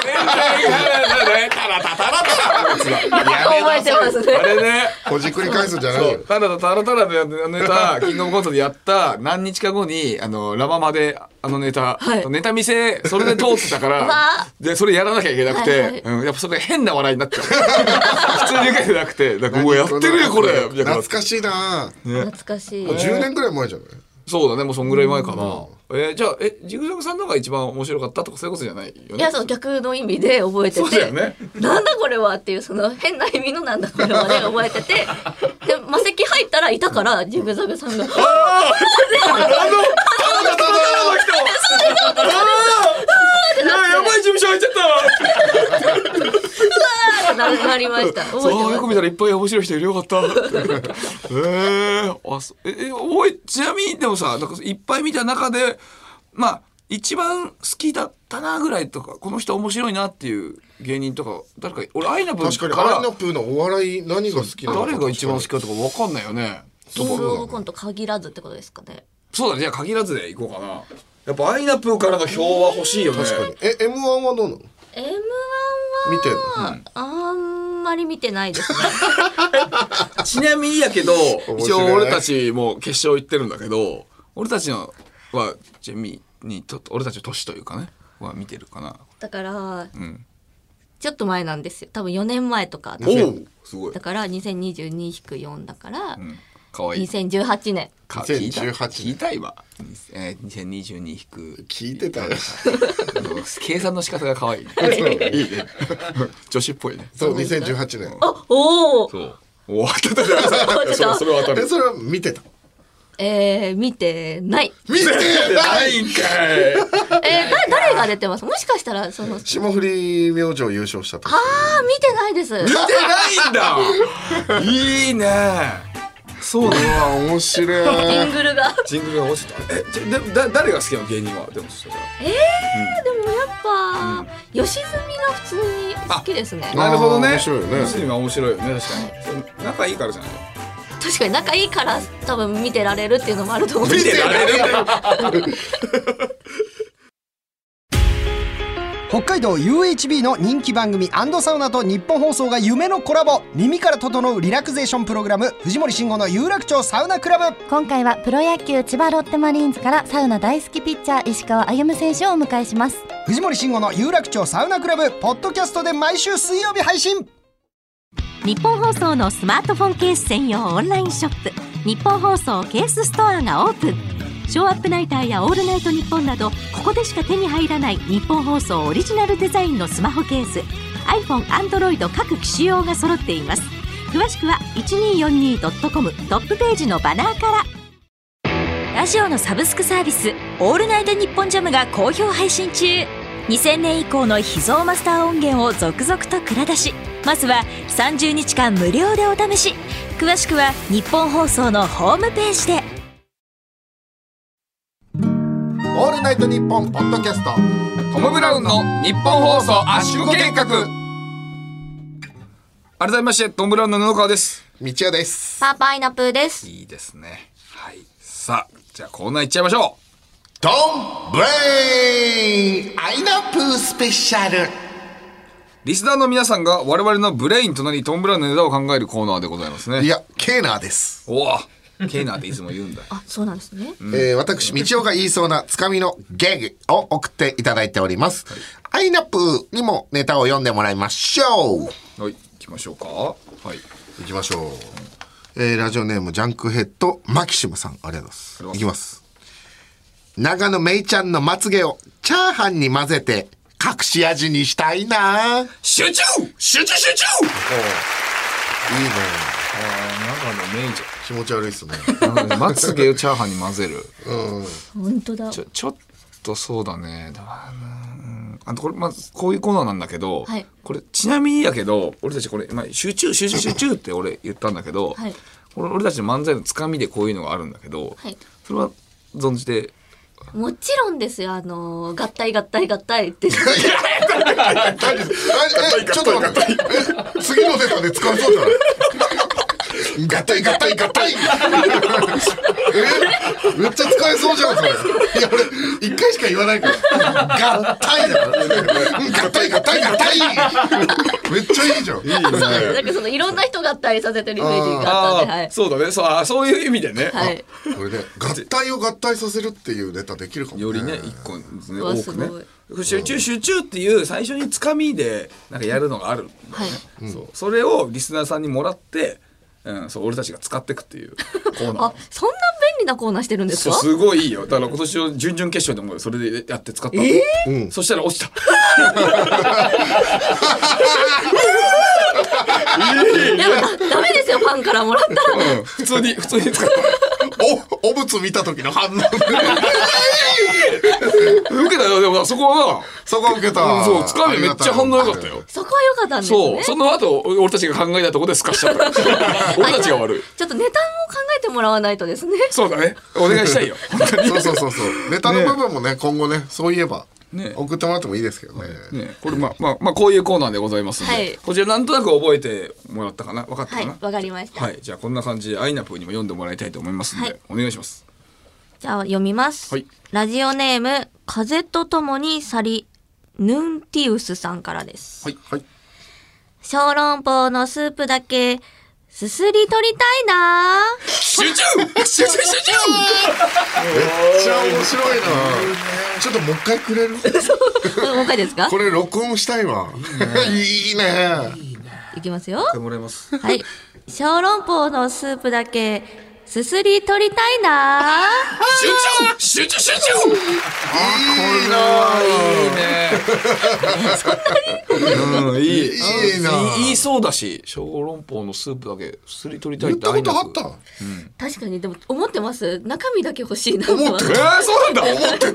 Speaker 2: タラ全体ハラダタラタタラタラのやつだ
Speaker 7: 覚えてます
Speaker 2: あ
Speaker 7: ね
Speaker 2: れね
Speaker 1: ほじくり返すんじゃない
Speaker 2: そ
Speaker 1: よ
Speaker 2: うタラタラタラであのネタキングオブコントでやった何日か後にあのラママであのネタ、
Speaker 7: はい
Speaker 2: ネタ見せそれで通ってたから
Speaker 7: わ
Speaker 2: でそれやらなきゃいけなくて、
Speaker 7: はいはい
Speaker 2: うん、やっぱそれ変な笑いになっちゃう普通に受けてなくてだからもうやってるよこれみたいな
Speaker 1: 懐かしいな
Speaker 7: 懐かしい
Speaker 1: もう10年ぐらい前じゃない
Speaker 2: そうだねもうそんぐらい前かな、えーじゃあえジグザグさんの方が一番面白かったとかそういうことじゃないよね
Speaker 7: いやその逆の意味で覚えて
Speaker 2: そうだ
Speaker 7: て、
Speaker 2: よね
Speaker 7: なんだこれはっていうその変な意味のなんだこれはで覚えててで魔石入ったらいたからジグザグさ んが「
Speaker 2: いややばい事務所入っちゃった
Speaker 7: あななりました覚え
Speaker 2: そうよ
Speaker 7: て
Speaker 2: く
Speaker 7: ま
Speaker 2: 見
Speaker 7: す
Speaker 2: たらいっぱい面白い人いるよ かったえー、あそええ覚えちなみにでもさなんかいっぱい見た中でまあ一番好きだったなぐらいとかこの人面白いなっていう芸人とか誰か俺アイナプー
Speaker 1: 確か
Speaker 2: か
Speaker 1: にアイナ
Speaker 2: ら
Speaker 1: プーのお笑い何が好きなの
Speaker 2: 誰が一番好きかとか分かんないよね
Speaker 7: キングオブコント限らずってことですかね
Speaker 2: そうだねじゃあ限らずでいこうかなやっぱアイナプーからの票は欲しいよね
Speaker 1: 確かにえ M1 はどうなの
Speaker 7: M1 は
Speaker 1: 見てる
Speaker 7: あんまり見てないですね
Speaker 2: ちなみにやけど
Speaker 1: 白い
Speaker 2: 一応俺たちも決勝行ってるんだけど俺たちのはジェミにと俺たちの年というかねは見てるかな
Speaker 7: だから
Speaker 2: うん
Speaker 7: ちょっと前なんですよ多分4年前とか
Speaker 2: おおすごい
Speaker 7: だから2022-4だから
Speaker 2: かわいい
Speaker 7: 2018年
Speaker 2: か聞いた
Speaker 1: 2018
Speaker 2: 聞いた今、えー、2022引く
Speaker 1: 聞いてたよ
Speaker 2: 計算の仕方が可 愛いね
Speaker 1: いいね
Speaker 2: 女子っぽいね
Speaker 1: そう2018年
Speaker 7: あおお
Speaker 2: そうお当たった当たった
Speaker 7: 当たった
Speaker 2: それは当
Speaker 1: え
Speaker 2: たる
Speaker 1: それは見てた
Speaker 7: えー、見てない
Speaker 1: 見てな
Speaker 2: ないいんかい
Speaker 7: えー、だ誰が出てますもしかしたらそのあー
Speaker 1: 霜降り明星優勝した時
Speaker 7: 見てないです
Speaker 2: 見てないんだいいねそうなの
Speaker 1: あ面白
Speaker 7: ジ
Speaker 1: い
Speaker 7: ングルが
Speaker 2: ジングルが落ちたえじゃだ誰が好きなの芸人はでもそれ
Speaker 7: でもやっぱ、吉住が普通に好きですね
Speaker 1: あ
Speaker 2: なるほどね
Speaker 1: 面白いよね
Speaker 2: スリムは面白いよね確かにそれ仲いいからじゃない
Speaker 7: 確かに仲いいから多分見てられるっていうのもあると思うんですけど
Speaker 8: 北海道 UHB の人気番組アンドサウナと日本放送が夢のコラボ耳から整うリラクゼーションプログラム藤森慎吾の有楽町サウナクラブ
Speaker 9: 今回はプロ野球千葉ロッテマリーンズからサウナ大好きピッチャー石川歩夢選手をお迎えします
Speaker 8: 藤森慎吾の有楽町サウナクラブポッドキャストで毎週水曜日配信
Speaker 3: 日本放送のスマートフォンケース専用オンラインショップ日本放送ケースストアがオープンショーアップナイターやオールナイトニッポンなどここでしか手に入らない日本放送オリジナルデザインのスマホケース iPhone、Android 各機種用が揃っています詳しくは 1242.com トップページのバナーからラジオのサブスクサービス「オールナイトニッポンジャムが好評配信中2000年以降の秘蔵マスター音源を続々と蔵出しまずは30日間無料でお試し詳しくは日本放送のホームページで
Speaker 1: オールナイトニッポンポッドキャスト
Speaker 2: トム・ブラウンの日本放送圧縮計画改めましてトム・ブラウンの布川です
Speaker 1: 道枝です
Speaker 7: パーパイナップーです
Speaker 2: いいですねはいさあじゃあコーナーいっちゃいましょ
Speaker 1: ドンブレインアイナプースペシャル
Speaker 2: うリスナーの皆さんが我々のブレインとなりトム・ブラウンのネタを考えるコーナーでございますね
Speaker 1: いやケーナーです、
Speaker 2: おおケイナーっていつも言うんだ
Speaker 7: あそうなんですね
Speaker 1: えー私道夫が言いそうなつかみのゲグを送っていただいております、アイナプーにもネタを読んでもらいましょう
Speaker 2: はい行きましょうかはい
Speaker 1: 行きましょう、えーラジオネームジャンクヘッドマキシムさんありがとうございます
Speaker 2: り
Speaker 1: 行
Speaker 2: がとう
Speaker 1: きます長野めいちゃんのまつげをチャーハンに混ぜて隠し味にしたいなぁいいね
Speaker 2: 集中集中集中ああ長野メイちゃん
Speaker 1: 気持ち悪いっすね
Speaker 2: なんかねまつげをチャーハンに混ぜる。
Speaker 7: 本当だ
Speaker 2: ちょ、ちょっとそうだね。だからうんあとこれ、まず、こういうコーナーなんだけど、
Speaker 7: はい
Speaker 2: これ、ちなみにやけど、俺たちこれ、まあ、集中、集中、集中って俺言ったんだけど、
Speaker 7: はい
Speaker 2: これ俺たちの漫才のつかみでこういうのがあるんだけど、
Speaker 7: はい
Speaker 2: それは存じて、
Speaker 7: もちろんですよあのー合体合体合体って
Speaker 1: 何ええちょっと待ってえ次のネタで使えそうじゃないガタイガタイガタイえめっちゃ使えそうじゃんそれいや俺一回しか言わないからガタイだからガタイガタイガタイめっちゃいいじゃんいい
Speaker 7: そうです なんかそのいろんな人が合体させてるイメージがあったんではい
Speaker 2: そうだねそうあ、そういう意味でね。
Speaker 7: はい
Speaker 1: これね合体を合体させるっていうネタできるかも、ね、
Speaker 2: よりね、一個ですね、
Speaker 7: うわ
Speaker 2: 多くね
Speaker 7: すごい。
Speaker 2: 集中、集中っていう最初につかみで、なんかやるのがあるんだよね。
Speaker 7: はい
Speaker 2: そう、それをリスナーさんにもらって、うん、そう、俺たちが使っていくっていうコーナー
Speaker 7: あそんな利なコーナーしてるんです
Speaker 2: そう
Speaker 7: か
Speaker 2: すごいいいよだから今年の準々決勝でもそれでやって使ったの、
Speaker 1: うん
Speaker 2: そしたら落ちた
Speaker 7: いやダメですよファンからもら ったら
Speaker 2: 普通に普通に使っ
Speaker 1: おお仏見た時の反応
Speaker 2: た受けたよでもそこは
Speaker 1: そこ受け
Speaker 2: な、
Speaker 1: た
Speaker 2: そうつかみめっちゃ反応良かったよ
Speaker 7: そこは良かったんです
Speaker 2: そう、
Speaker 7: ね
Speaker 2: その後お俺たちが考えたとこでスカしち ゃった俺たちが悪い
Speaker 7: ちょっとネタも考えてもらわないとですね
Speaker 2: そうだねお願いしたい よ本当に
Speaker 1: そうそうそうそうネタの部分もね今後ねそういえば
Speaker 2: ね
Speaker 1: 送ってもらってもいいですけどね
Speaker 2: ね、これまあまあまあこういうコーナーでございますんで、
Speaker 7: はい
Speaker 2: こちらなんとなく覚えてもらったかな分かったか
Speaker 7: はい
Speaker 2: な、
Speaker 7: わかりました、
Speaker 2: はい、じゃあこんな感じでアイナプーにも読んでもらいたいと思いますんで、
Speaker 7: はい
Speaker 2: お願いします。
Speaker 7: じゃあ読みます、
Speaker 2: はい
Speaker 7: ラジオネーム風とともに去りヌンティウスさんからです
Speaker 1: はいはい
Speaker 7: 小籠包のスープだけすすり取りたいな
Speaker 2: 集中集中集
Speaker 1: めっ
Speaker 2: 中
Speaker 1: ちゃ面白いなちょっともう一回くれる
Speaker 7: あもう一回ですか
Speaker 1: これ録音したいわいいね
Speaker 7: いきますよ
Speaker 2: もらいます。
Speaker 7: はい。小籠包のスープだけ、すすり取りたいな
Speaker 2: 集中集中集中。
Speaker 1: いいない
Speaker 2: いいね。うん、いい。
Speaker 1: いいな
Speaker 2: 言いそうだし、小籠包のスープだけすり取りたい
Speaker 1: 言
Speaker 2: っ
Speaker 1: ってたことあっ
Speaker 2: アイナプ
Speaker 1: た
Speaker 7: 確かに、でも、思ってます。中身だけ欲しいな
Speaker 1: 思って
Speaker 2: ーえ
Speaker 1: た
Speaker 2: ー、そうなんだ。思ってた。え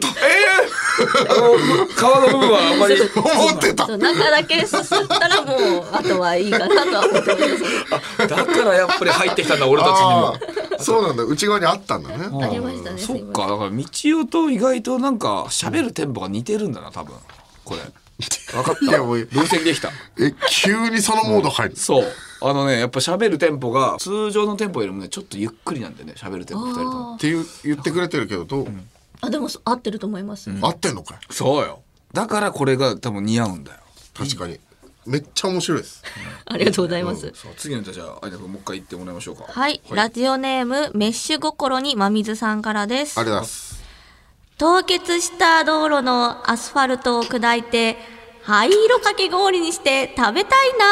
Speaker 2: えー。あの皮の部分はあんまり。
Speaker 1: 思ってた
Speaker 7: そう中だけすすったらもう、あとはいいかなとは思ってます。
Speaker 2: だからやっぱり入ってきたんだ俺たちに
Speaker 1: あ
Speaker 2: も。
Speaker 1: あそうなんだ内側にあったんだね
Speaker 7: ありましたね。
Speaker 2: そ
Speaker 7: すい
Speaker 2: っ
Speaker 7: ません
Speaker 2: かだから道夫と意外となんか喋るテンポが似てるんだな多分これ。分かった。
Speaker 1: いやもう
Speaker 2: 分析でき た。
Speaker 1: え急にそのモード入る
Speaker 2: そう。あのね、やっぱ喋るテンポが通常のテンポよりもね、ちょっとゆっくりなんでね、喋るテンポ二人とも。
Speaker 1: っていう言ってくれてるけどどう
Speaker 7: あ、でもそ合ってると思います。
Speaker 1: 合ってんのかい
Speaker 2: そうよ。だからこれが多分似合うんだよ。
Speaker 1: 確かにめっちゃ面白いです
Speaker 7: ありがとうございます。
Speaker 2: そう、次のじゃあ、あいなくんもう一回言ってもらいましょうか。
Speaker 7: はい。ラジオネーム、メッシュ心にまみずさんからです
Speaker 1: あ。りがとうございます
Speaker 7: 凍結した道路のアスファルトを砕いて、灰色かき氷にして食べたいな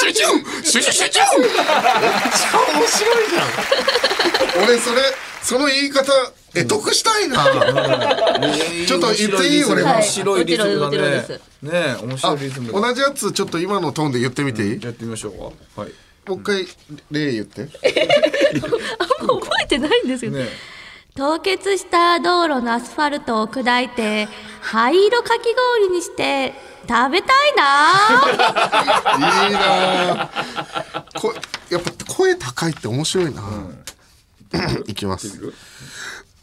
Speaker 2: 集中集中集中
Speaker 1: 面白いじゃん俺それその言い方得得したいなちょっと言っていい俺も
Speaker 2: 面白いリズムだね。
Speaker 7: はいも
Speaker 2: ね
Speaker 7: ちろんも
Speaker 2: え、面白いリズムだ。
Speaker 1: 同じやつちょっと今のトーンで言ってみていい
Speaker 2: やってみましょうか。はい。
Speaker 1: もう一回例言って
Speaker 7: 覚えてないんですよ
Speaker 2: ねえ
Speaker 7: 凍結した道路のアスファルトを砕いて灰色かき氷にして食べたいな
Speaker 1: いいなあこやっぱ声高いって面白いな、いきます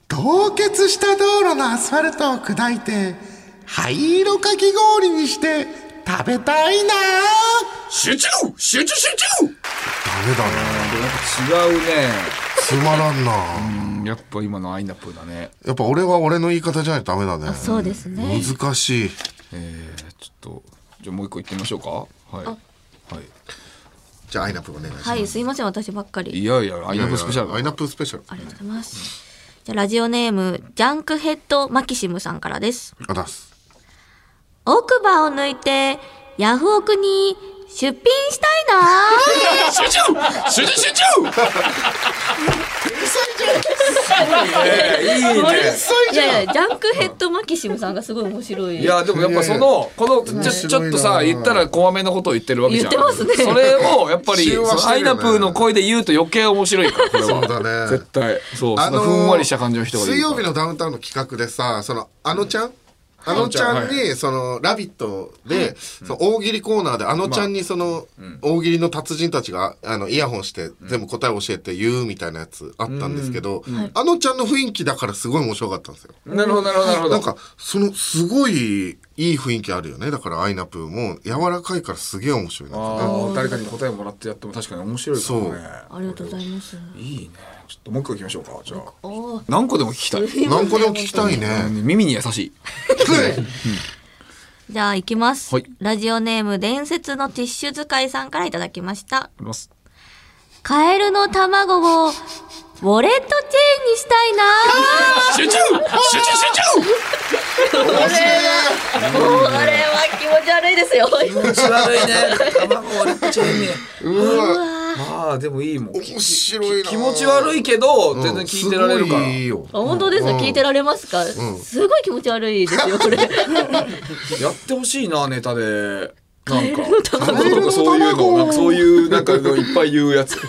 Speaker 1: 凍結した道路のアスファルトを砕いて灰色かき氷にして食べたいな
Speaker 2: 集中集中集中
Speaker 1: ダメだね
Speaker 2: 違うね。
Speaker 1: つまらんな
Speaker 2: うんやっぱ今のアイナップだね。
Speaker 1: やっぱ俺は俺の言い方じゃないとダメだね
Speaker 7: そうですね
Speaker 1: 難しい
Speaker 2: えー、ちょっとじゃあもう一個行ってみましょうか。はい。はい。
Speaker 1: じゃあアイナップお願いします、
Speaker 7: はいすいません私ばっかり
Speaker 2: いやいや、アイナップスペシャ
Speaker 1: アイ
Speaker 2: ル。
Speaker 1: ナップスペシャル
Speaker 7: ありがとうございますじゃあラジオネームジャンクヘッドマキシムさんからです
Speaker 1: あ出す
Speaker 7: 奥歯を抜いてヤフオクに出品したいな
Speaker 2: 集中集中集中。いいね。いいね。
Speaker 7: いやいやジャンクヘッドマキシムさんがすごい面白い
Speaker 2: いやでもやっぱそのこのちょちょっとさ
Speaker 1: 面白いな
Speaker 2: 言ったら怖めなことを言ってるわけじゃん。
Speaker 7: 言ってますね
Speaker 2: それをやっぱ
Speaker 1: 中和
Speaker 2: り
Speaker 1: してるよね
Speaker 2: そのアイナップの声で言うと余計面白いからこれ
Speaker 1: そう
Speaker 2: は。
Speaker 1: だね
Speaker 2: 絶対そう、
Speaker 1: あ
Speaker 2: そ
Speaker 1: の
Speaker 2: の
Speaker 1: ー
Speaker 2: ふんわりした感じの人がいる
Speaker 1: 水
Speaker 2: から
Speaker 1: 曜日のダウンタウンの企画でさそのあのちゃん、あのちゃんに、その、ラビットで、その大喜利コーナーで、あのちゃんにその、大喜利の達人たちが、あの、イヤホンして、全部答えを教えて言うみたいなやつあったんですけど、あのちゃんの雰囲気だからすごい面白かったんですよ。
Speaker 2: なるほどなるほどなるほど
Speaker 1: なんか、その、すごい、いい雰囲気あるよね。だから、アイナプーも、柔らかいからすげえ面白いな。
Speaker 2: あー誰かに答えもらってやっても確かに面白いかもね
Speaker 7: ありがとうございます
Speaker 2: いいねちょっともう一個行きましょうかじゃあ
Speaker 7: おー
Speaker 2: 何個でも聞きたい
Speaker 1: 何個でも聞きたい ね。
Speaker 2: 耳に優しい
Speaker 7: じゃあ行きます、
Speaker 2: はい
Speaker 7: ラジオネーム伝説のティッシュ使いさんからいただきました
Speaker 2: あります
Speaker 7: カエルの卵をウォレットチェーンにしたいな
Speaker 2: 集中集中集中
Speaker 7: これは気持ち悪いですよ
Speaker 2: 気持ち悪いね卵割れちゃうね
Speaker 1: うわ、
Speaker 2: まあでもいいもん
Speaker 1: 面白いな
Speaker 2: 気持ち悪いけど全然聞いてられるから、
Speaker 1: うんすごいいいよ
Speaker 7: あ 本当ですか、
Speaker 1: うん
Speaker 7: 聞いてられますか、すごい気持ち悪いです よこれ
Speaker 2: やってほしいなネタでなんか
Speaker 1: カエルの卵
Speaker 2: そういうのなんかそういうなんかのいっぱい言うや つね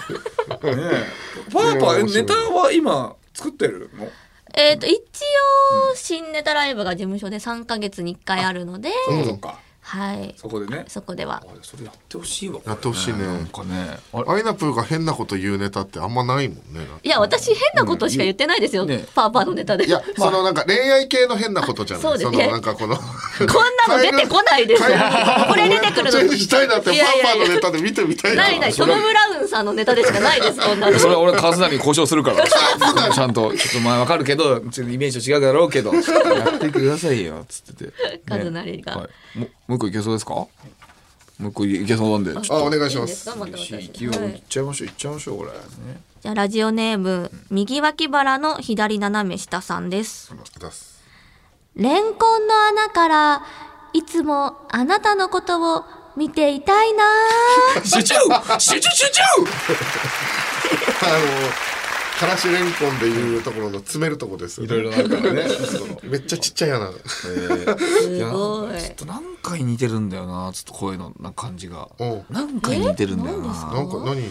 Speaker 2: えパーパーえネタは今作ってるの
Speaker 7: えっと一応新ネタライブが事務所で3か月に1回あるので、
Speaker 2: そっか
Speaker 7: はい
Speaker 2: そこでね
Speaker 7: そこでは
Speaker 2: あそれやってほしいわ
Speaker 1: やってほしいね
Speaker 2: なんかねあれ
Speaker 1: アイナプーが変なこと言うネタってあんまないもんね
Speaker 7: いや私変なことしか言ってないですよ、
Speaker 2: ね
Speaker 7: パーパーのネタで
Speaker 1: いや、そのなんか恋愛系の変なことじゃない。
Speaker 7: そうですね
Speaker 1: のなんかこの。こ
Speaker 7: こんなの出てこないですよこれ出てくる
Speaker 1: チェンジ
Speaker 7: の
Speaker 1: したいなって、パ
Speaker 7: いやい
Speaker 1: パ
Speaker 7: やいや
Speaker 1: のネタで見てみたいな。
Speaker 7: ないないトム・ブラウンさんのネタでしかないですこんなの
Speaker 2: それは俺カズナに交渉するから ちゃんとちょっと前わかるけどちょっとイメージと違うだろうけどやってくださいよつって て
Speaker 7: カズナリが
Speaker 2: い、ももう一個いけそうですかもう一個いけそうなんでちょっ
Speaker 1: あ、
Speaker 2: と
Speaker 1: お願いし
Speaker 7: いい
Speaker 1: ま
Speaker 7: です
Speaker 1: す。
Speaker 7: かまた
Speaker 2: 勢い
Speaker 7: 私、は
Speaker 2: 行っ
Speaker 7: い、
Speaker 2: ちゃいましょう行っちゃいましょうこれね
Speaker 7: じゃあラジオネーム右脇腹の左斜め下さんです
Speaker 1: 出す
Speaker 7: レンコンの穴からいつもあなたのことを見ていたいな
Speaker 2: 集中集中集中
Speaker 1: あの、からしレンコンでいうところの詰めるとこですよ
Speaker 2: い
Speaker 1: ね。
Speaker 2: ろいろなんかねその
Speaker 1: めっちゃちっちゃいやな。
Speaker 7: すごい
Speaker 2: やちょっと何回似てるんだよなちょっと声のなんか感じが
Speaker 1: うん
Speaker 2: 何回似てるんだよな
Speaker 1: なんか何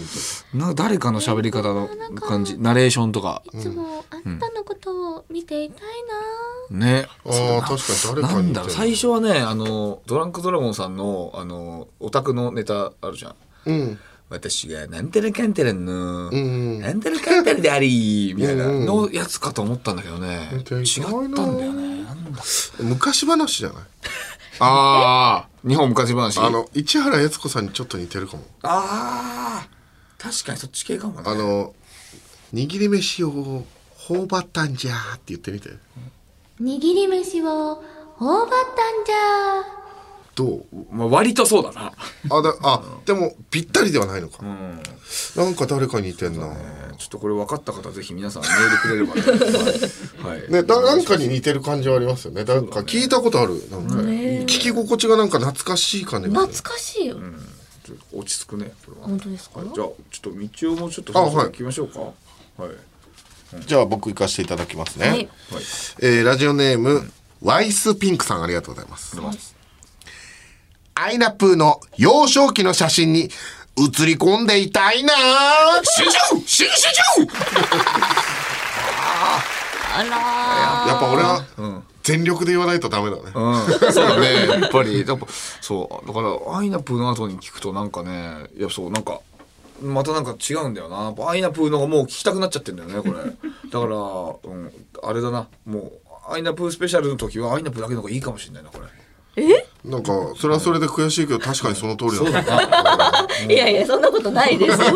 Speaker 2: な誰かの喋り方の感じナレーションとか
Speaker 7: いつもあなたのことを見ていたいな
Speaker 2: ね
Speaker 1: ああ、確かに誰
Speaker 2: な
Speaker 1: かに
Speaker 2: ん
Speaker 1: 似て
Speaker 2: だろう最初はねあのドランクドラゴンさんのあのオタクのネタあるじゃん
Speaker 1: うん。
Speaker 2: 私がなんてらかんてらの、
Speaker 1: ん
Speaker 2: なんてらかんてらでありみたいな
Speaker 1: うんうん
Speaker 2: のやつかと思ったんだけどね、
Speaker 1: うん
Speaker 2: 違ったんだよねなんだ
Speaker 1: 昔話じゃない
Speaker 2: ああ日本昔話
Speaker 1: あの、市原悦子さんにちょっと似てるかも。
Speaker 2: あー確かにそっち系かもね
Speaker 1: あの、握り飯を頬張ったんじゃーって言ってみて。
Speaker 7: 握り飯を頬張ったんじゃ
Speaker 1: どう
Speaker 2: まあ、割とそうだな
Speaker 1: あだあでもぴったりではないのか、なんか誰かに似てんな、
Speaker 2: ちょっとこれ分かった方ぜひ皆さんメールく れればねはい、はい
Speaker 1: ね、だなんかに似てる感じはありますよねなんか聞いたことあるなんか、聞き心地がなんか懐かしい感じが
Speaker 7: ー
Speaker 1: する
Speaker 7: 懐かしいよ、
Speaker 2: ちょっと落ち着くねこれは
Speaker 7: 本当ですか
Speaker 2: はいじゃあちょっと道をもうちょっと
Speaker 1: あはい
Speaker 2: 行きましょうかはい、
Speaker 1: じゃあ僕行かせていただきますね、
Speaker 7: はい
Speaker 2: はい
Speaker 1: えーラジオネーム、ワイスピンクさんありがとうございますアイナプーの幼少期の写真に写り込んでいたいな
Speaker 2: 集中集中集中
Speaker 7: あらー
Speaker 1: やっぱ俺は全力で言わないとダメだね、
Speaker 2: うん、そうだね やっぱりやっぱそうだからアイナプーの後に聞くとなんかねいやそうなんかまたなんか違うんだよなやっぱアイナプーのがもう聞きたくなっちゃってんだよねこれだから、うん、あれだなもうアイナプースペシャルの時はアイナプーだけの方がいいかもしれないなこれ
Speaker 1: なんかそれはそれで悔しいけど確かにその通りだね
Speaker 7: いやいやそんなことないですよ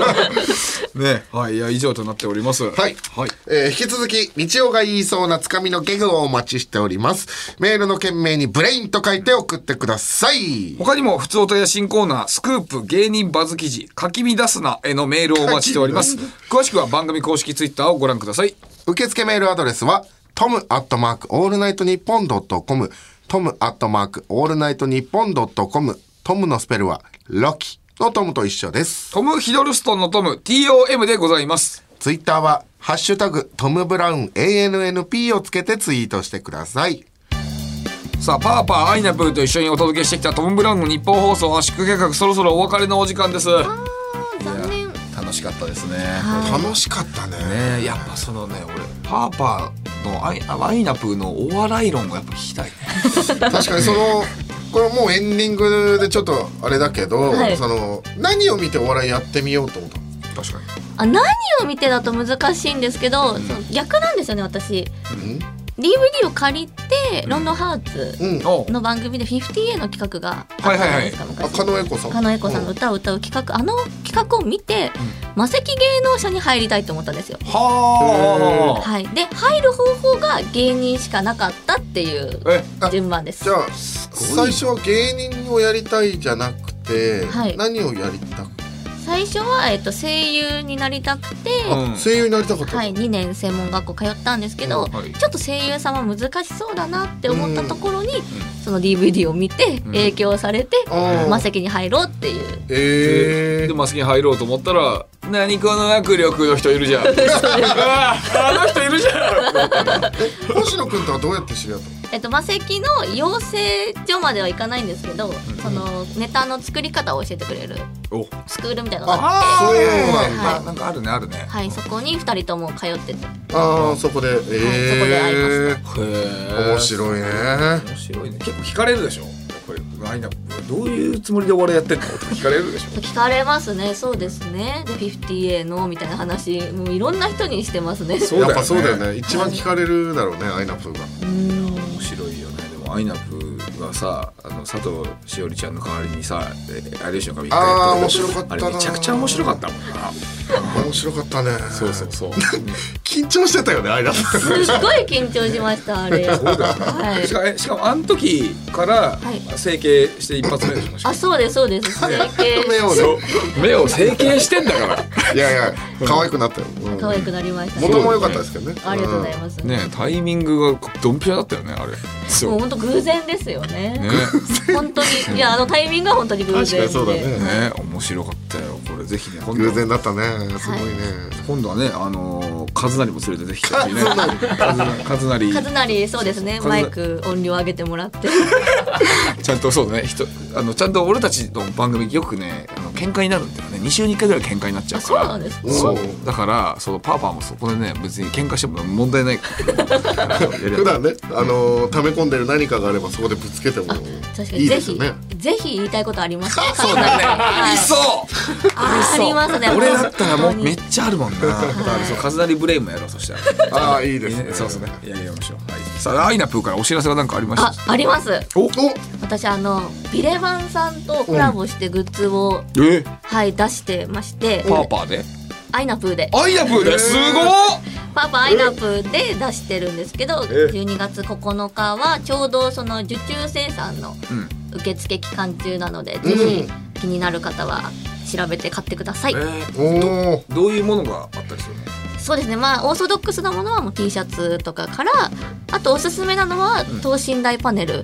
Speaker 2: ねはいいや以上となっております
Speaker 1: はい
Speaker 2: はい
Speaker 1: えー引き続き、日曜が言いそうなつかみのゲグをお待ちしております。メールの件名にブレインと書いて送ってください。
Speaker 2: 他にも、普通音や新コーナー、スクープ、芸人バズ記事、書き乱すなへのメールをお待ちしております。詳しくは番組公式ツイッターをご覧ください。
Speaker 1: 受付メールアドレスは、トムアットマークオールナイトニッポンドットコム、トムアットマークオールナイトニッポンドットコム、トムのスペルは、ロキのトムと一緒です。
Speaker 2: トム・ヒドルストンのトム、TOM でございます。
Speaker 1: ツイッターは、ハッシュタグ、トムブラウン ANNP をつけてツイートしてください。
Speaker 2: さあ、パーパー、アイナプーと一緒にお届けしてきたトム・ブラウンの日本放送圧縮計画、そろそろお別れのお時間です。
Speaker 7: 残念
Speaker 2: 楽しかったですね。
Speaker 1: 楽しかったね。
Speaker 2: ねえやっぱそのね、俺、パーパーのアイアイナプーのお笑い論がやっぱ聞き たいね。
Speaker 1: 確かにその、 これもうエンディングでちょっとあれだけど、
Speaker 7: はい
Speaker 1: その、何を見てお笑いやってみようと思ったの
Speaker 2: 確かに。
Speaker 7: あ何を見てだと難しいんですけど、その逆なんですよね私 DVD を借りて「ロンドンハーツ
Speaker 1: うん」
Speaker 2: おう
Speaker 7: の番組で 50A の企画があったじゃないですか、
Speaker 1: あ、
Speaker 7: 昔
Speaker 1: 狩野英孝さん。
Speaker 7: 狩野英孝さんの歌を歌う企画、あの企画を見て、魔石芸能者に入りたいと思ったんですよ。
Speaker 2: はあ。
Speaker 7: はい、で入る方法が芸人しかなかったっていう
Speaker 2: え、
Speaker 7: 順番です
Speaker 1: じゃ。あ、最初は芸人をやりたいじゃなくて、
Speaker 7: はい
Speaker 1: 何をやりたく
Speaker 7: 最初は、えっと、声優になりたくて、
Speaker 2: うん
Speaker 1: 声優になりたかった、
Speaker 7: はい、2年専門学校通ったんですけど、
Speaker 2: うんはい
Speaker 7: ちょっと声優さんは難しそうだなって思ったところに、その DVD を見て
Speaker 2: ん
Speaker 7: 影響されて、
Speaker 1: あー
Speaker 7: 魔石に入ろうっていう
Speaker 1: え
Speaker 2: でマスキに入ろうと思ったら「何この握力の人いるじゃん」うわ あの人いるじ ゃん」
Speaker 1: ー、星野くんとはどうやって知り合ったの
Speaker 7: えっと、魔石の養成所まではいかないんですけど、そのネタの作り方を教えてくれる
Speaker 2: お
Speaker 7: スクールみたいなのがあっ
Speaker 1: あそうなんだ、
Speaker 7: は
Speaker 2: あなんかあるねあるね
Speaker 7: て、はい、そこに2人とも通ってて
Speaker 1: ああそこで、えー、
Speaker 7: そこで会いま
Speaker 2: へ
Speaker 1: 面白いね
Speaker 2: 面白いね結構聞かれるでしょこれラインナップどういうつもりでお笑いやってんのとか聞かれるでしょ
Speaker 7: 聞かれますねそうですねで 50A のみたいな話もういろんな人にしてますね
Speaker 2: そうだよ
Speaker 1: や
Speaker 2: ね
Speaker 1: っぱそうだよね一番聞かれるだろうねアイナプーが
Speaker 2: 面白いよねでもアイナップがさあの佐藤しおりちゃんの代わりにさえーあれでしょうか一回や
Speaker 1: あー面
Speaker 2: ったけど
Speaker 1: 白かったな
Speaker 2: あれめちゃくちゃ面白かったもんな
Speaker 1: 面白かったね
Speaker 2: そうそうそう
Speaker 1: 緊張してたよねアイナプ
Speaker 7: すっごい緊張しましたあれはい
Speaker 2: しかえしかもあの時から
Speaker 7: はい
Speaker 2: 整形して一発目でしょ
Speaker 7: あそうですそうです整
Speaker 1: ー目
Speaker 7: 形
Speaker 1: をね
Speaker 2: 目を整形してんだから
Speaker 1: いやいや可愛くなったよ、うん、
Speaker 7: 可愛くなりましたね
Speaker 1: 元も良かったですけどね
Speaker 7: ありがとうございます、
Speaker 2: ねタイミングがドンピシャだったよねあれ
Speaker 7: も
Speaker 2: そうう
Speaker 7: 本当偶然ですよ
Speaker 2: ね
Speaker 7: ね本当にいやあのタイミングは本当に偶然
Speaker 1: 確か
Speaker 7: で
Speaker 1: にそうだね
Speaker 2: ね面白かったよこれぜひね今
Speaker 1: 偶
Speaker 2: 度
Speaker 1: 然だったねすごいね、
Speaker 2: 今度はねあのーカズナリも連れてぜひ来てほしいねカズナリ
Speaker 7: カズナリそうですね
Speaker 2: カズナ
Speaker 7: マイク音量上げてもらって
Speaker 2: ちゃんとそうだね人あのちゃんと俺たちの番組よくねあの喧嘩になるんだよね2週に1回ぐらい喧嘩になっちゃうから
Speaker 7: あそうなんですか
Speaker 2: そうだからそのパーパーもそこでね別に喧嘩しても問題ないからやれば
Speaker 1: 普段ね、あのー溜め込んでる何かがあればそこでぶつけても
Speaker 7: 確か
Speaker 1: い
Speaker 7: に
Speaker 1: い
Speaker 7: ぜ
Speaker 1: です
Speaker 7: ひ
Speaker 1: よね
Speaker 7: ぜひ言いたいことありますね
Speaker 2: そうだねありそう
Speaker 7: あーありますね
Speaker 2: 俺だったらもうめっ
Speaker 7: ち
Speaker 2: ちゃあるもんなそうカズナリブレイムやろうそしたら
Speaker 1: ああいいですね
Speaker 2: ねそうですねやりましょうはいさあアイナプーからお知らせがなんかありました
Speaker 7: ああります
Speaker 2: お
Speaker 7: 私あのビレバンさんとコラボしてグッズを、
Speaker 2: え
Speaker 7: はい出してまして
Speaker 2: パーパーで
Speaker 7: アイナプーで
Speaker 2: アイナプーですごっ
Speaker 7: パパアイナプーで出してるんですけど12月9日はちょうどその受注生産の
Speaker 2: うん
Speaker 7: 受付期間中なので、ぜひ気になる方は調べて買ってください、
Speaker 1: おお
Speaker 2: どどういうものがあったりするの
Speaker 7: そうですねまあオーソドックスなものはもう T シャツとかからあとおすすめなのは等身大 パネル、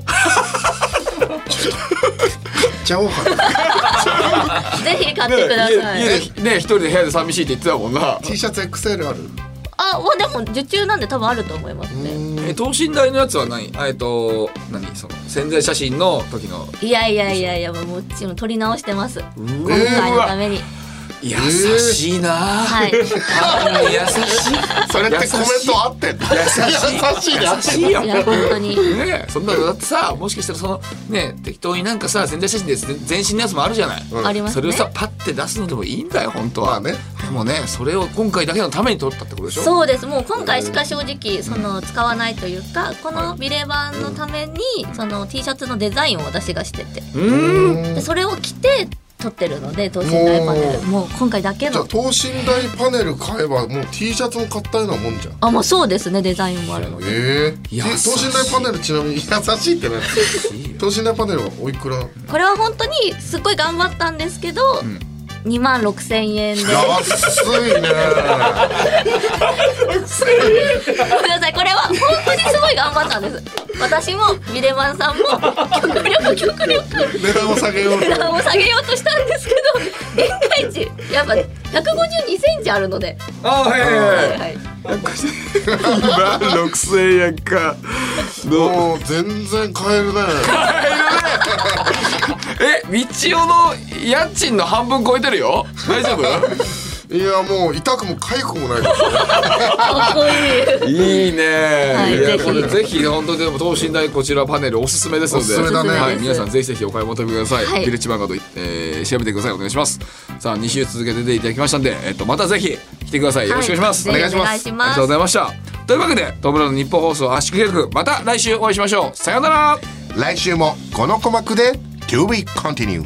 Speaker 1: ちゃおうかな
Speaker 7: ぜひ買ってください、
Speaker 2: ね家でね一人で部屋で寂しいって言ってたもんな
Speaker 1: T シャツ XL ある
Speaker 7: あまあでも受注なんで多分あると思いますね
Speaker 2: え等身大のやつは何あえっと何その宣材写真の時の
Speaker 7: いやいやいやいやもうちろん撮り直してます今回のために
Speaker 2: 優しいな
Speaker 7: は
Speaker 2: はい優しい
Speaker 1: それってコメントあってんの優しい
Speaker 2: 優しいよ
Speaker 7: い や本当に
Speaker 2: ねそんなのだってさもしかしたらそのね適当になんかさ宣材写真で全身のやつもあるじゃない、
Speaker 7: ありますね
Speaker 2: それをさパッて出すのでもいいんだよ本当は、
Speaker 1: まあね
Speaker 2: でもねそれを今回だけのために撮ったってことでしょ
Speaker 7: そうですもう今回しか正直その使わないというかこのビレバンのためにその T シャツのデザインを私がしてて
Speaker 2: うーん
Speaker 7: でそれを着て撮ってるので等身大パネルもう今回だけ
Speaker 1: じゃあ
Speaker 7: の
Speaker 1: 等身大パネル買えばもう T シャツも買ったようなもんじゃん
Speaker 7: あもうそうですねデザインもあるので
Speaker 1: ええ
Speaker 2: 優
Speaker 1: 等
Speaker 2: しい
Speaker 1: 身大パネルちなみに優しいってね等身大パネルはおいくら
Speaker 7: これは本当にすっごい頑張ったんですけど2万6千円で
Speaker 1: 安いね
Speaker 7: ごめんなさいこれは本当にすごい頑張ったんです私もビレバンさんも極力極
Speaker 1: 値
Speaker 7: 力
Speaker 1: 段を下げようと
Speaker 7: 値段を下げようとしたんですけど限界値やっぱ152センチあるので、
Speaker 2: あはいはい
Speaker 7: はい
Speaker 2: はい
Speaker 7: はい、
Speaker 2: 今6000円かどう
Speaker 1: もう全然買えるね
Speaker 2: え道夫の家賃の半分超えてるよ大丈夫
Speaker 1: いやもう痛くも痒くもないです
Speaker 7: かっこいい
Speaker 2: いいね、
Speaker 7: い
Speaker 2: や
Speaker 7: ぜひ
Speaker 2: これぜひ本当にでも等身大こちらパネルおすすめですので
Speaker 1: おすすめだね
Speaker 2: はい、
Speaker 7: おすすめです
Speaker 2: 皆さんぜひぜひお買い求めください、
Speaker 7: はい
Speaker 2: ビレッジマンガード、えー調べてくださいお願いしますさあ2週続けて出ていただきましたんで、えっと、またぜひ来てくださいよろしくお願いします、
Speaker 7: はい
Speaker 2: お願いします
Speaker 7: ぜひお願いし
Speaker 2: あ
Speaker 7: ます
Speaker 2: りがとうございましたというわけでトムブラウンの日本放送圧縮計画また来週お会いしましょうさようなら
Speaker 1: 来週もこの鼓膜で To be continue